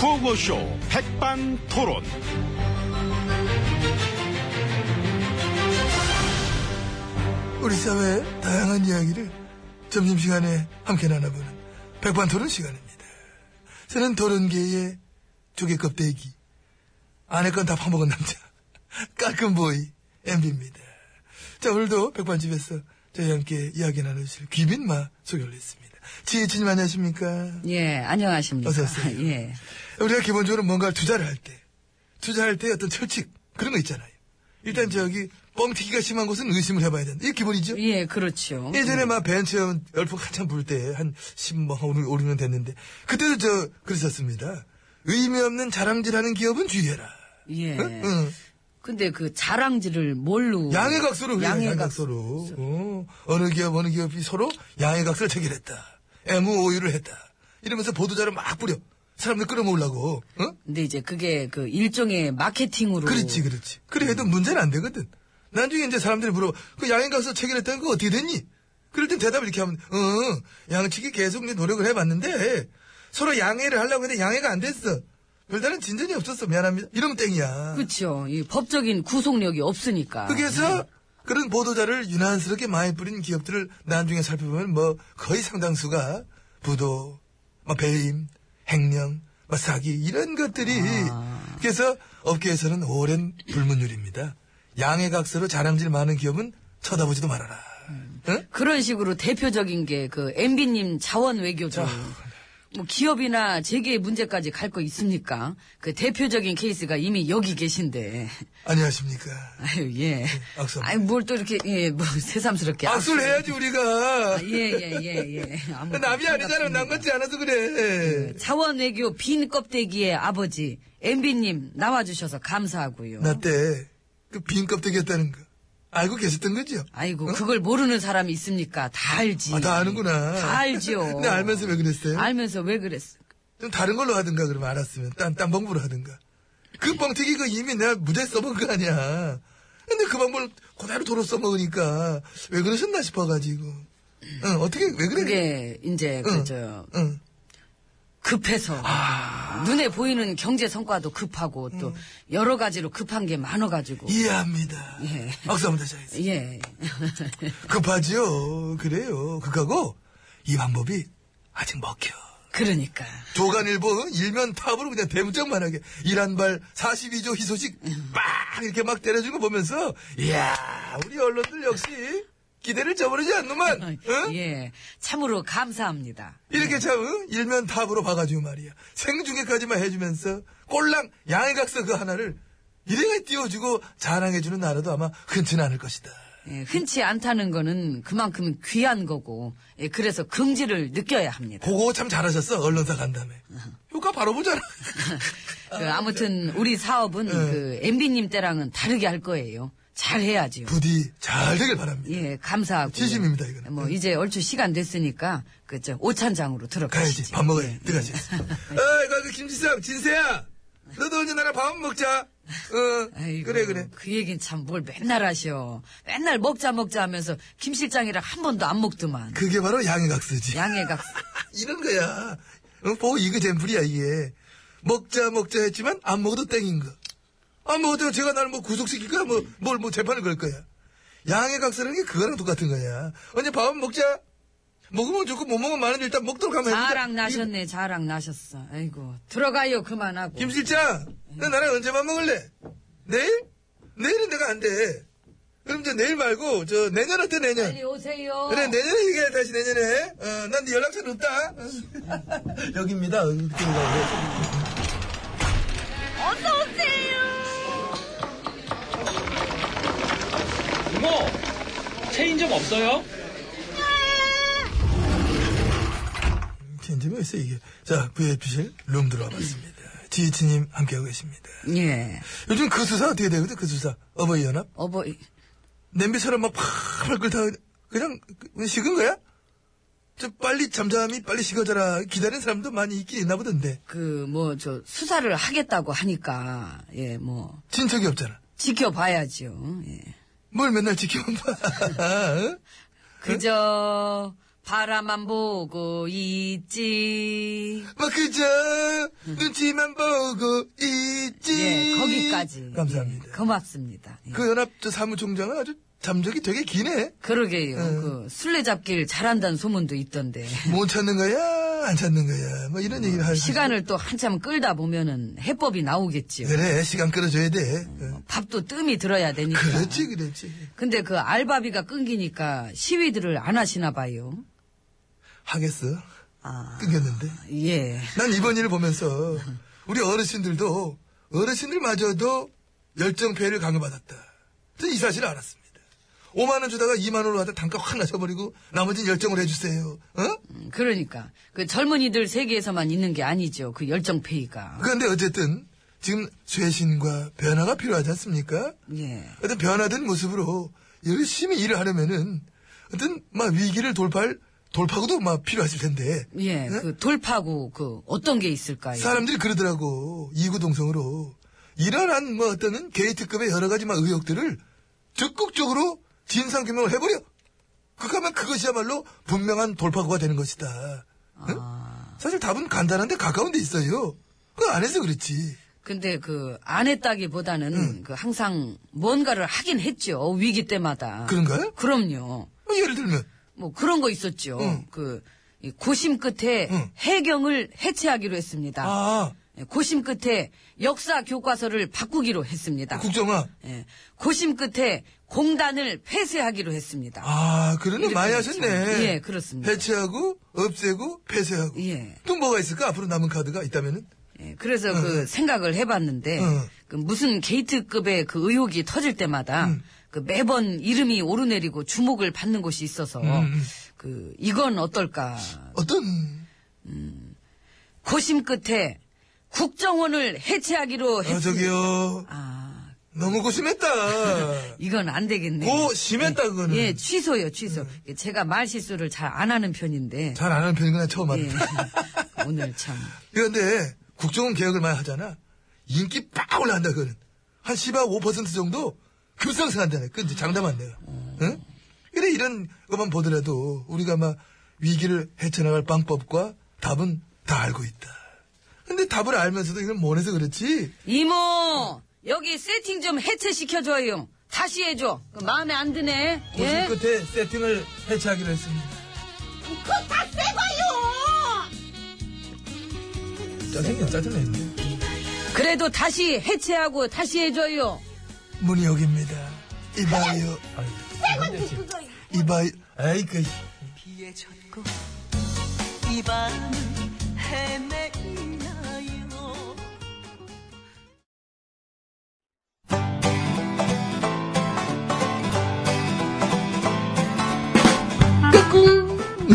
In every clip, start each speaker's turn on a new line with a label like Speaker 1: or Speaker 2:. Speaker 1: 구호쇼 백반토론.
Speaker 2: 우리 사회의 다양한 이야기를 점심시간에 함께 나눠보는 백반토론 시간입니다. 저는 토론계의 조개 껍데기, 아내 건 다 파먹은 남자, 깔끔보이 MB입니다. 자, 오늘도 백반집에서 저희와 함께 이야기 나누실 귀빈마 소개를 했습니다. 지혜진님 안녕하십니까?
Speaker 3: 예, 안녕하십니까.
Speaker 2: 어서 오세요.
Speaker 3: 예.
Speaker 2: 우리가 기본적으로 뭔가 투자를 할 때, 투자할 때 어떤 철칙, 그런 거 있잖아요. 일단 저기, 뻥튀기가 심한 곳은 의심을 해봐야 된다. 이게 기본이죠?
Speaker 3: 예, 그렇죠.
Speaker 2: 음. 예전에 막 벤츠 열풍 한참 불 때 한 10만 오르, 오르면 됐는데 그때도 저 그랬었습니다. 의미 없는 자랑질하는 기업은 주의해라.
Speaker 3: 예.
Speaker 2: 응? 응.
Speaker 3: 근데 그 자랑질을 뭘로.
Speaker 2: 양의 각서로 그래요. 양의
Speaker 3: 양해각-
Speaker 2: 각서로. 어. 어느 기업 어느 기업이 서로 양의 각서를 체결했다. MOU를 했다. 이러면서 보도자를 막 뿌려. 사람들 끌어모으려고. 응?
Speaker 3: 근데 이제 그게 그 일종의 마케팅으로.
Speaker 2: 그렇지 그렇지. 그래 해도 문제는 안 되거든. 나중에 이제 사람들이 물어봐. 그 양의 각서 체결했다는 거 어떻게 됐니? 그럴 땐 대답을 이렇게 하면 응 양측이 계속 이제 노력을 해봤는데 서로 양해를 하려고 했는데 양해가 안 됐어. 별다른 진전이 없었어. 미안합니다. 이러면 땡이야.
Speaker 3: 그렇죠. 이 법적인 구속력이 없으니까. 네.
Speaker 2: 그래서 그런 보도자를 유난스럽게 많이 뿌린 기업들을 나중에 살펴보면 뭐 거의 상당수가 부도, 뭐 배임, 횡령, 뭐 사기 이런 것들이
Speaker 3: 아.
Speaker 2: 그래서 업계에서는 오랜 불문율입니다. 양해각서로 자랑질 많은 기업은 쳐다보지도 말아라.
Speaker 3: 음.
Speaker 2: 응?
Speaker 3: 그런 식으로 대표적인 게 그 MB님 자원 외교죠. 뭐 기업이나 재계의 문제까지 갈 거 있습니까? 그 대표적인 케이스가 이미 여기 계신데.
Speaker 2: 안녕하십니까.
Speaker 3: 아유, 예.
Speaker 2: 악수.
Speaker 3: 아니, 뭘 또 이렇게, 예, 뭐, 새삼스럽게.
Speaker 2: 악수를 해야지 우리가.
Speaker 3: 아, 예, 예, 예, 예. 아무튼
Speaker 2: 남이 아니잖아. 남 같지 않아서
Speaker 3: 네,
Speaker 2: 그래.
Speaker 3: 자원 외교 빈 껍데기의 아버지, MB님 나와주셔서 감사하고요.
Speaker 2: 나 때 그 빈 껍데기였다는 거 알고 계셨던 거죠?
Speaker 3: 아이고, 그걸 모르는 사람이 있습니까? 다 알지.
Speaker 2: 어? 아, 다 아는구나.
Speaker 3: 다 알지요.
Speaker 2: 근데 알면서 왜 그랬어요?
Speaker 3: 알면서 왜 그랬어?
Speaker 2: 좀 다른 걸로 하든가, 그러면 알았으면. 딴, 딴 방법으로 하든가. 그 뻥튀기 그 이미 내가 무대 써본 거 아니야. 근데 그 방법을 그대로 도로 써먹으니까 왜 그러셨나 싶어가지고. 응, 어떻게, 왜 그래?
Speaker 3: 그게, 이제,
Speaker 2: 응.
Speaker 3: 그, 저,
Speaker 2: 응.
Speaker 3: 급해서.
Speaker 2: 아.
Speaker 3: 눈에 보이는 경제 성과도 급하고, 또,
Speaker 2: 음.
Speaker 3: 여러 가지로 급한 게 많아가지고.
Speaker 2: 이해합니다.
Speaker 3: 예.
Speaker 2: 박수 한번 다시 하겠습니다.
Speaker 3: 예.
Speaker 2: 급하지요. 그래요. 그거고, 이 방법이 아직 먹혀.
Speaker 3: 그러니까.
Speaker 2: 조간일보 일면 탑으로 그냥 대문짝만 하게 이란발 42조 희소식 빡 이렇게 막 때려준 거 보면서 이야 우리 언론들 역시 기대를 저버리지 않는만 응?
Speaker 3: 예. 참으로 감사합니다.
Speaker 2: 이렇게 참 응? 일면 탑으로 봐가지고 말이야 생중계까지만 해주면서 꼴랑 양해각서 그 하나를 이래가 띄워주고 자랑해주는 나라도 아마 흔치는 않을 것이다
Speaker 3: 예, 흔치 않다는 거는 그만큼 귀한 거고, 예, 그래서 긍지를 느껴야 합니다.
Speaker 2: 그거 참 잘하셨어 언론사 간담회 효과 바로 보잖아
Speaker 3: 그, 아무튼 우리
Speaker 2: 예.
Speaker 3: 사업은 그 MB님 때랑은 다르게 할 거예요. 잘 해야지요.
Speaker 2: 부디 잘 되길 바랍니다
Speaker 3: 예, 감사하고.
Speaker 2: 진심입니다, 이거는. 예.
Speaker 3: 뭐 이제 얼추 시간 됐으니까 그저 오찬장으로
Speaker 2: 가야지
Speaker 3: 들어가시죠. 네,
Speaker 2: 밥 먹어야 들어가지 어이 거기 그 김지삼 진세야 너도 언제 나랑 밥 먹자 어
Speaker 3: 아이고,
Speaker 2: 그래 그래
Speaker 3: 그 얘긴 참 뭘 맨날 하셔. 맨날 먹자 먹자 하면서 김 실장이랑 한 번도 안 먹더만.
Speaker 2: 그게 바로 양해각서지 아,
Speaker 3: 양해가
Speaker 2: 이런 거야 어, 보고 이거 잼플이야 이게 먹자 먹자 했지만 안 먹어도 땡인 거아뭐 어때요 제가 나를 뭐 구속시킬 거야 뭐 뭘 뭐 재판을 걸 거야 양해각서라는 게 그거랑 똑같은 거야 언제 밥은 먹자 먹으면 좋고 못 먹으면 많은데 일단 먹도록 하면 됩니다.
Speaker 3: 자랑
Speaker 2: 뭐 이게
Speaker 3: 나셨네, 자랑 나셨어. 아이고 들어가요 그만하고.
Speaker 2: 김 실장, 너 나랑 언제 밥 먹을래? 내일? 내일은 내가 안 돼. 그럼 저 내일 말고 저 내년한테 내년.
Speaker 3: 빨리 오세요.
Speaker 2: 그래 내년에 얘기해 다시 내년에. 어, 난 네 연락처는 없다. 어. 여기입니다. 이렇게 올라오고.
Speaker 4: 이모, 체인점 없어요?
Speaker 2: 네. 젠지면 있어 이게. 자 VIP실 룸 들어와봤습니다. 지희치님 함께하고 계십니다.
Speaker 3: 예.
Speaker 2: 요즘 그 수사 어떻게 되거든 그 수사 어버이 연합
Speaker 3: 어버이.
Speaker 2: 냄비처럼 막 팔팔 끓다 그냥 그냥 식은 거야? 좀 빨리 잠잠히 빨리 식어져라 기다리는 사람도 많이 있긴 있나 보던데
Speaker 3: 그, 뭐, 저, 수사를 하겠다고 하니까, 예, 뭐,
Speaker 2: 진척이 없잖아.
Speaker 3: 지켜봐야죠. 예.
Speaker 2: 뭘 맨날 지켜만 봐. 어?
Speaker 3: 그저, 바라만 보고 있지.
Speaker 2: 뭐 그저 눈치만 보고 있지.
Speaker 3: 예, 거기까지.
Speaker 2: 감사합니다.
Speaker 3: 예, 고맙습니다. 예.
Speaker 2: 그 연합 저 사무총장은 아주 잠적이 되게 기네.
Speaker 3: 그러게요. 그 술래잡기를 잘한다는 소문도 있던데.
Speaker 2: 못 찾는 거야, 안 찾는 거야. 뭐 이런 얘기를 하고.
Speaker 3: 시간을 또 한참 끌다 보면은 해법이 나오겠지요.
Speaker 2: 그래, 시간 끌어줘야 돼. 어.
Speaker 3: 밥도 뜸이 들어야 되니까.
Speaker 2: 그렇지, 그렇지.
Speaker 3: 근데 그 알바비가 끊기니까 시위들을 안 하시나 봐요.
Speaker 2: 하겠어.
Speaker 3: 아,
Speaker 2: 끊겼는데.
Speaker 3: 예.
Speaker 2: 난 이번 일을 보면서 우리 어르신들도 어르신들마저도 열정페이를 강요받았다. 저는 이 사실을 알았습니다. 5만 원 주다가 2만 원으로 하다 단가 확 낮춰버리고 나머지는 열정을 해주세요. 어?
Speaker 3: 음, 그러니까 그 젊은이들 세계에서만 있는 게 아니죠. 그 열정페이가.
Speaker 2: 그런데 어쨌든 지금 쇄신과 변화가 필요하지 않습니까?
Speaker 3: 예.
Speaker 2: 어떤 변화된 모습으로 열심히 일을 하려면은 어떤 막 위기를 돌파할 돌파구도 막 필요하실 텐데. 어?
Speaker 3: 예.
Speaker 2: 응?
Speaker 3: 그 돌파구 그 어떤 게 있을까요?
Speaker 2: 네? 사람들이 그러더라고 이구동성으로 이러한 뭐 어떤 게이트급의 여러 가지 막 의혹들을 적극적으로 진상 규명을 해버려. 그하면 그것이야말로 분명한 돌파구가 되는 것이다. 응?
Speaker 3: 아.
Speaker 2: 사실 답은 간단한데 가까운 데 있어요. 그 안 해서 그렇지.
Speaker 3: 근데 그 안 했다기보다는
Speaker 2: 음.
Speaker 3: 그 항상 뭔가를 하긴 했죠. 위기 때마다.
Speaker 2: 그런가요?
Speaker 3: 그럼요.
Speaker 2: 뭐 예를 들면
Speaker 3: 뭐 그런 거 있었죠.
Speaker 2: 응.
Speaker 3: 그이 고심 끝에
Speaker 2: 응.
Speaker 3: 해경을 해체하기로 했습니다.
Speaker 2: 음. 아
Speaker 3: 예, 고심 끝에 역사 교과서를 바꾸기로 했습니다.
Speaker 2: 아, 국정화
Speaker 3: 예, 고심 끝에 공단을 폐쇄하기로 했습니다.
Speaker 2: 아, 그런 일
Speaker 3: 이렇게
Speaker 2: 많이
Speaker 3: 됐죠.
Speaker 2: 하셨네.
Speaker 3: 예, 그렇습니다.
Speaker 2: 해체하고, 없애고, 폐쇄하고.
Speaker 3: 예.
Speaker 2: 또 뭐가 있을까? 앞으로 남은 카드가 있다면은?
Speaker 3: 예, 그래서 그
Speaker 2: 응.
Speaker 3: 생각을 해봤는데
Speaker 2: 응.
Speaker 3: 그 무슨 게이트급의 그 의혹이 터질 때마다
Speaker 2: 음.
Speaker 3: 그 매번 이름이 오르내리고 주목을 받는 곳이 있어서
Speaker 2: 음,
Speaker 3: 그 이건 어떨까?
Speaker 2: 어떤,
Speaker 3: 고심 끝에 국정원을 해체하기로
Speaker 2: 아,
Speaker 3: 했습니다.
Speaker 2: 저기요.
Speaker 3: 아,
Speaker 2: 너무 고심했다.
Speaker 3: 이건 안 되겠네.
Speaker 2: 고심했다, 그거는.
Speaker 3: 예, 취소요, 취소. 예, 제가 말 실수를 잘 안 하는 편인데.
Speaker 2: 음. 잘 안 하는 편이구나, 처음 알았다.
Speaker 3: 예. 오늘 참.
Speaker 2: 그런데, 국정원 개혁을 많이 하잖아. 인기 빡 올라간다, 그거는. 한 10아 5% 정도 급상승한다네. 그건 이제 장담 안 돼요.
Speaker 3: 어.
Speaker 2: 응? 그래, 이런 것만 보더라도, 우리가 막 위기를 헤쳐나갈 방법과 답은 다 알고 있다. 근데 답을 알면서도 이걸 못해서 그렇지.
Speaker 3: 이모! 여기 세팅 좀 해체시켜줘요. 다시 해줘. 그 마음에 안 드네. 예?
Speaker 2: 고심 끝에 세팅을 해체하기로 했습니다.
Speaker 5: 그다 새거요.
Speaker 2: 짜증나, 짜증나.
Speaker 3: 그래도 다시 해체하고 다시 해줘요.
Speaker 2: 문희옥입니다. 이봐요. 이봐요. 아이, 그,
Speaker 6: 비에 젖고 이 밤을 헤매나요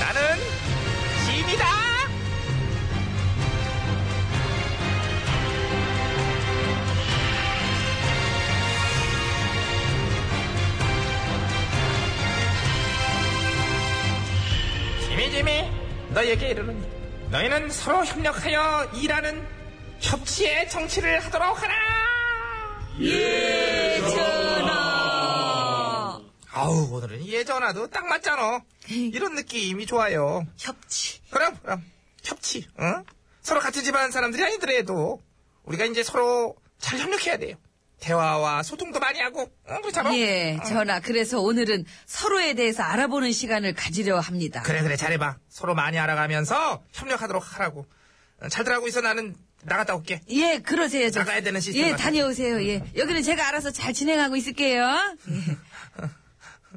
Speaker 1: 나는 짐이다.
Speaker 7: 지미 지미 너에게 이르노니 너희는 서로 협력하여 일하는 협치의 정치를 하도록 하라. 아우 오늘은 예전화도 딱 맞잖아. 이런 느낌이 좋아요.
Speaker 6: 협치
Speaker 7: 그럼 그럼 협치. 어? 서로 같은 집안 사람들이 아니더라도 우리가 이제 서로 잘 협력해야 돼요. 대화와 소통도 많이 하고, 어, 그렇잖아.
Speaker 3: 예, 전하. 그래서 오늘은 서로에 대해서 알아보는 시간을 가지려 합니다.
Speaker 7: 그래, 그래, 잘해봐. 서로 많이 알아가면서 협력하도록 하라고. 어, 잘들 하고 있어, 나는 나갔다 올게.
Speaker 3: 예, 그러세요. 저.
Speaker 7: 나가야 되는 시스템
Speaker 3: 예,
Speaker 7: 같아요.
Speaker 3: 다녀오세요. 예. 여기는 제가 알아서 잘 진행하고 있을게요. 예.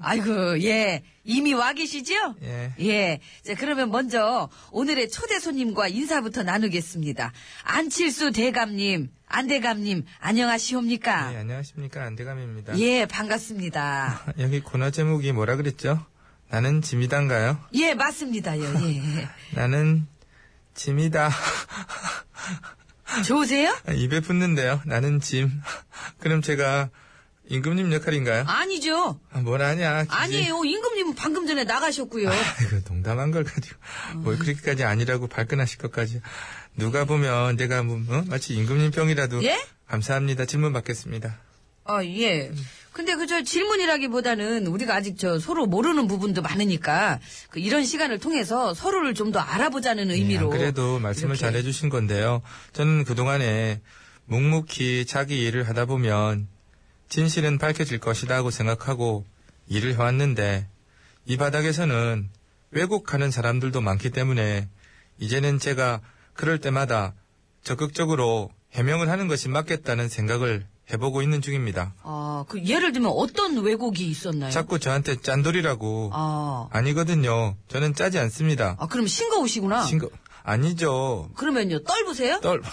Speaker 3: 아이고, 예. 이미 와 계시죠?
Speaker 7: 예.
Speaker 3: 예. 자, 그러면 먼저 오늘의 초대 손님과 인사부터 나누겠습니다. 안칠수 대감님, 안대감님, 안녕하시옵니까?
Speaker 7: 예, 안녕하십니까. 안대감입니다.
Speaker 3: 아.
Speaker 7: 아,
Speaker 3: 예, 반갑습니다.
Speaker 7: 여기 코너 제목이 뭐라 그랬죠? 나는 짐이단가요?
Speaker 3: 예, 맞습니다요. 예.
Speaker 7: 나는 짐이다.
Speaker 3: 좋으세요?
Speaker 7: 입에 붙는데요. 나는 짐. 그럼 제가 임금님 역할인가요?
Speaker 3: 아니죠.
Speaker 7: 아, 뭘 아냐. 기지.
Speaker 3: 아니에요. 임금님은 방금 전에 나가셨고요.
Speaker 7: 아이고, 농담한 걸 가지고.
Speaker 3: 음.
Speaker 7: 뭘 그렇게까지 아니라고 발끈하실 것까지. 누가 보면 내가 뭐, 어? 마치 임금님 병이라도.
Speaker 3: 예?
Speaker 7: 감사합니다. 질문 받겠습니다.
Speaker 3: 아, 예. 근데 그 저 질문이라기보다는 우리가 아직 저 서로 모르는 부분도 많으니까 그 이런 시간을 통해서 서로를 좀 더 알아보자는
Speaker 7: 예,
Speaker 3: 의미로.
Speaker 7: 안 그래도 말씀을
Speaker 3: 이렇게.
Speaker 7: 잘해주신 건데요. 저는 그동안에 묵묵히 자기 일을 하다 보면 진실은 밝혀질 것이다 하고 생각하고 일을 해왔는데 이 바닥에서는 왜곡하는 사람들도 많기 때문에 이제는 제가 그럴 때마다 적극적으로 해명을 하는 것이 맞겠다는 생각을 해보고 있는 중입니다.
Speaker 3: 아, 그 예를 들면 어떤 왜곡이 있었나요?
Speaker 7: 자꾸 저한테 짠돌이라고
Speaker 3: 네. 아,
Speaker 7: 아니거든요. 저는 짜지 않습니다.
Speaker 3: 아, 그럼 싱거우시구나.
Speaker 7: 신고 아니죠.
Speaker 3: 그러면요, 떨보세요?
Speaker 7: 떨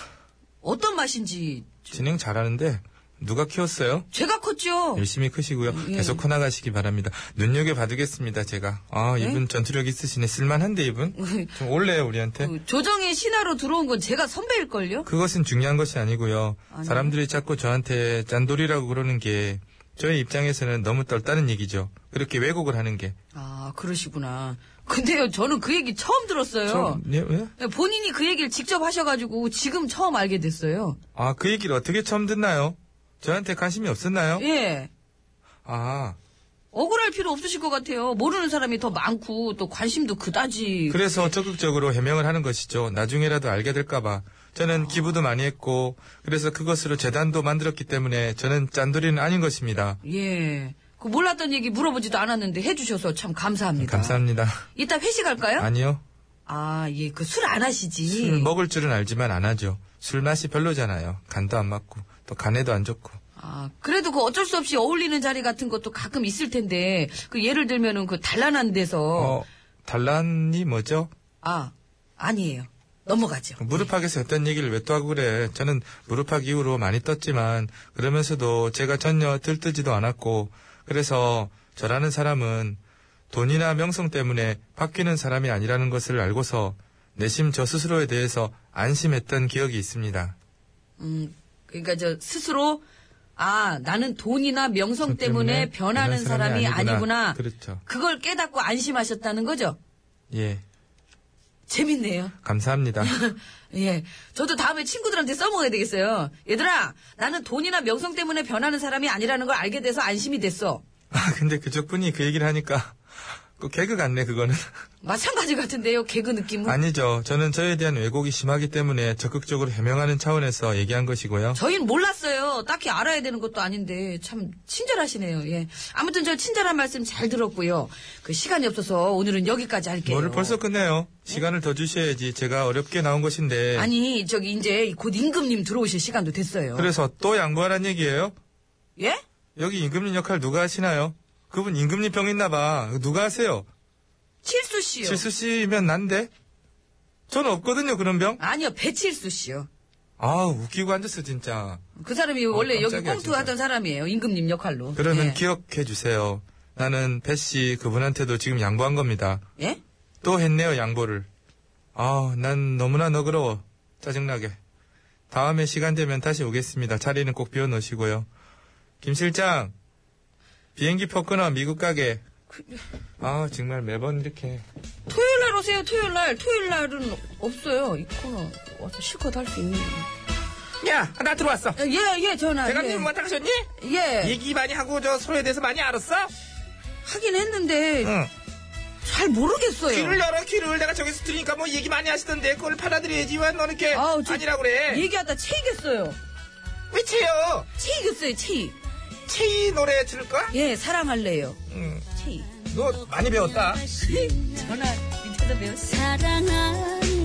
Speaker 3: 어떤 맛인지.
Speaker 7: 진행 잘하는데 누가 키웠어요?
Speaker 3: 제가 컸죠.
Speaker 7: 열심히 크시고요.
Speaker 3: 예.
Speaker 7: 계속 커나가시기 바랍니다. 눈여겨 봐두겠습니다. 제가
Speaker 3: 네.
Speaker 7: 아 이분 전투력 있으시네. 쓸만한데 이분 좀 올래요 우리한테.
Speaker 3: 그 조정의 신하로 들어온 건 제가 선배일걸요?
Speaker 7: 그것은 중요한 것이 아니고요.
Speaker 3: 아니요.
Speaker 7: 사람들이 자꾸 저한테 짠돌이라고 그러는 게 저의 입장에서는 너무 떨다는 얘기죠. 그렇게 왜곡을 하는 게.
Speaker 3: 아, 그러시구나. 근데요, 저는 그 얘기 처음 들었어요.
Speaker 7: 저, 예, 예?
Speaker 3: 본인이 그 얘기를 직접 하셔가지고 지금 처음 알게 됐어요.
Speaker 7: 아, 그 얘기를 어떻게 처음 듣나요? 저한테 관심이 없었나요?
Speaker 3: 예.
Speaker 7: 아,
Speaker 3: 억울할 필요 없으실 것 같아요. 모르는 사람이 더 많고 또 관심도 그다지.
Speaker 7: 그래서 적극적으로 해명을 하는 것이죠. 나중에라도 알게 될까봐. 저는 기부도 많이 했고, 그래서 그것으로 재단도 만들었기 때문에 저는 짠돌이는 아닌 것입니다.
Speaker 3: 예. 그 몰랐던 얘기 물어보지도 않았는데 해주셔서 참 감사합니다. 네?
Speaker 7: 감사합니다.
Speaker 3: 이따 회식할까요?
Speaker 7: 아니요.
Speaker 3: 아, 예. 그 술 안 하시지.
Speaker 7: 술 먹을 줄은 알지만 안 하죠. 술 맛이 별로잖아요. 간도 안 맞고, 또 간에도 안 좋고.
Speaker 3: 아, 그래도 그 어쩔 수 없이 어울리는 자리 같은 것도 가끔 있을 텐데, 그 예를 들면은 그 단란한 데서.
Speaker 7: 어, 달란이 뭐죠?
Speaker 3: 아, 아니에요. 넘어가죠.
Speaker 7: 무릎팍에서 했던 얘기를 왜 또 하고 그래. 저는 무릎팍 이후로 많이 떴지만, 그러면서도 제가 전혀 들뜨지도 않았고, 그래서 저라는 사람은 돈이나 명성 때문에 바뀌는 사람이 아니라는 것을 알고서 내심 저 스스로에 대해서 안심했던 기억이 있습니다.
Speaker 3: 음, 그러니까 저 스스로 아 나는 돈이나 명성
Speaker 7: 저
Speaker 3: 때문에, 변하는 사람이, 아니구나.
Speaker 7: 그렇죠.
Speaker 3: 그걸 깨닫고 안심하셨다는 거죠.
Speaker 7: 예.
Speaker 3: 재밌네요.
Speaker 7: 감사합니다.
Speaker 3: 예, 저도 다음에 친구들한테 써먹어야 되겠어요. 얘들아, 나는 돈이나 명성 때문에 변하는 사람이 아니라는 걸 알게 돼서 안심이 됐어.
Speaker 7: 아, 근데 그쪽 분이 그 얘기를 하니까 그 개그 같네, 그거는.
Speaker 3: 마찬가지 같은데요, 개그 느낌은.
Speaker 7: 아니죠. 저는 저에 대한 왜곡이 심하기 때문에 적극적으로 해명하는 차원에서 얘기한 것이고요.
Speaker 3: 저희는 몰랐어요. 딱히 알아야 되는 것도 아닌데 참 친절하시네요. 예. 아무튼 저 친절한 말씀 잘 들었고요. 그 시간이 없어서 오늘은 여기까지 할게요.
Speaker 7: 뭐를 벌써 끝내요? 시간을 더 주셔야지. 제가 어렵게 나온 것인데.
Speaker 3: 아니 저기 이제 곧 임금님 들어오실 시간도 됐어요.
Speaker 7: 그래서 또 양보하란 얘기예요?
Speaker 3: 예?
Speaker 7: 여기 임금님 역할 누가 하시나요? 그분 임금님 병 있나봐. 누가 하세요?
Speaker 3: 칠수 씨요.
Speaker 7: 칠수 씨면 난데? 저는 없거든요, 그런 병.
Speaker 3: 아니요 배칠수 씨요.
Speaker 7: 아 웃기고 앉았어, 진짜.
Speaker 3: 그 사람이 원래 여기
Speaker 7: 어, 깜짝이야,
Speaker 3: 꽁투 하던 사람이에요. 임금님 역할로.
Speaker 7: 그러면
Speaker 3: 예.
Speaker 7: 기억해 주세요. 나는 배 씨 그분한테도 지금 양보한 겁니다.
Speaker 3: 예?
Speaker 7: 또 했네요, 양보를. 아, 난 너무나 너그러워. 짜증나게. 다음에 시간 되면 다시 오겠습니다. 자리는 꼭 비워 놓으시고요. 김 실장, 비행기 표 끊어, 미국 가게. 아, 정말 매번 이렇게.
Speaker 3: 토요일 날 오세요. 토요일 날. 토요일 날은 없어요. 이 코너 와서 실컷 할 수 있는.
Speaker 7: 야, 나 들어왔어.
Speaker 3: 예예 전화. 예.
Speaker 7: 대감님 왔다 가셨니?
Speaker 3: 예.
Speaker 7: 얘기 많이 하고 저 서로에 대해서 많이 알았어?
Speaker 3: 하긴 했는데
Speaker 7: 응.
Speaker 3: 잘 모르겠어요.
Speaker 7: 귀를 열어, 귀를. 내가 저기서 들으니까 뭐 얘기 많이 하시던데 그걸 받아들여야지. 왜 너는 이렇게
Speaker 3: 아우, 저-
Speaker 7: 아니라고 그래?
Speaker 3: 얘기하다 채이겠어요.
Speaker 7: 왜 치요?
Speaker 3: 체이였어요, 체이.
Speaker 7: 치 노래 들을까?
Speaker 3: 예, 사랑할래요.
Speaker 7: 응.
Speaker 3: 체이.
Speaker 7: 너 많이 배웠다.
Speaker 3: 전화 미쳐서 배웠어.
Speaker 6: 사랑하는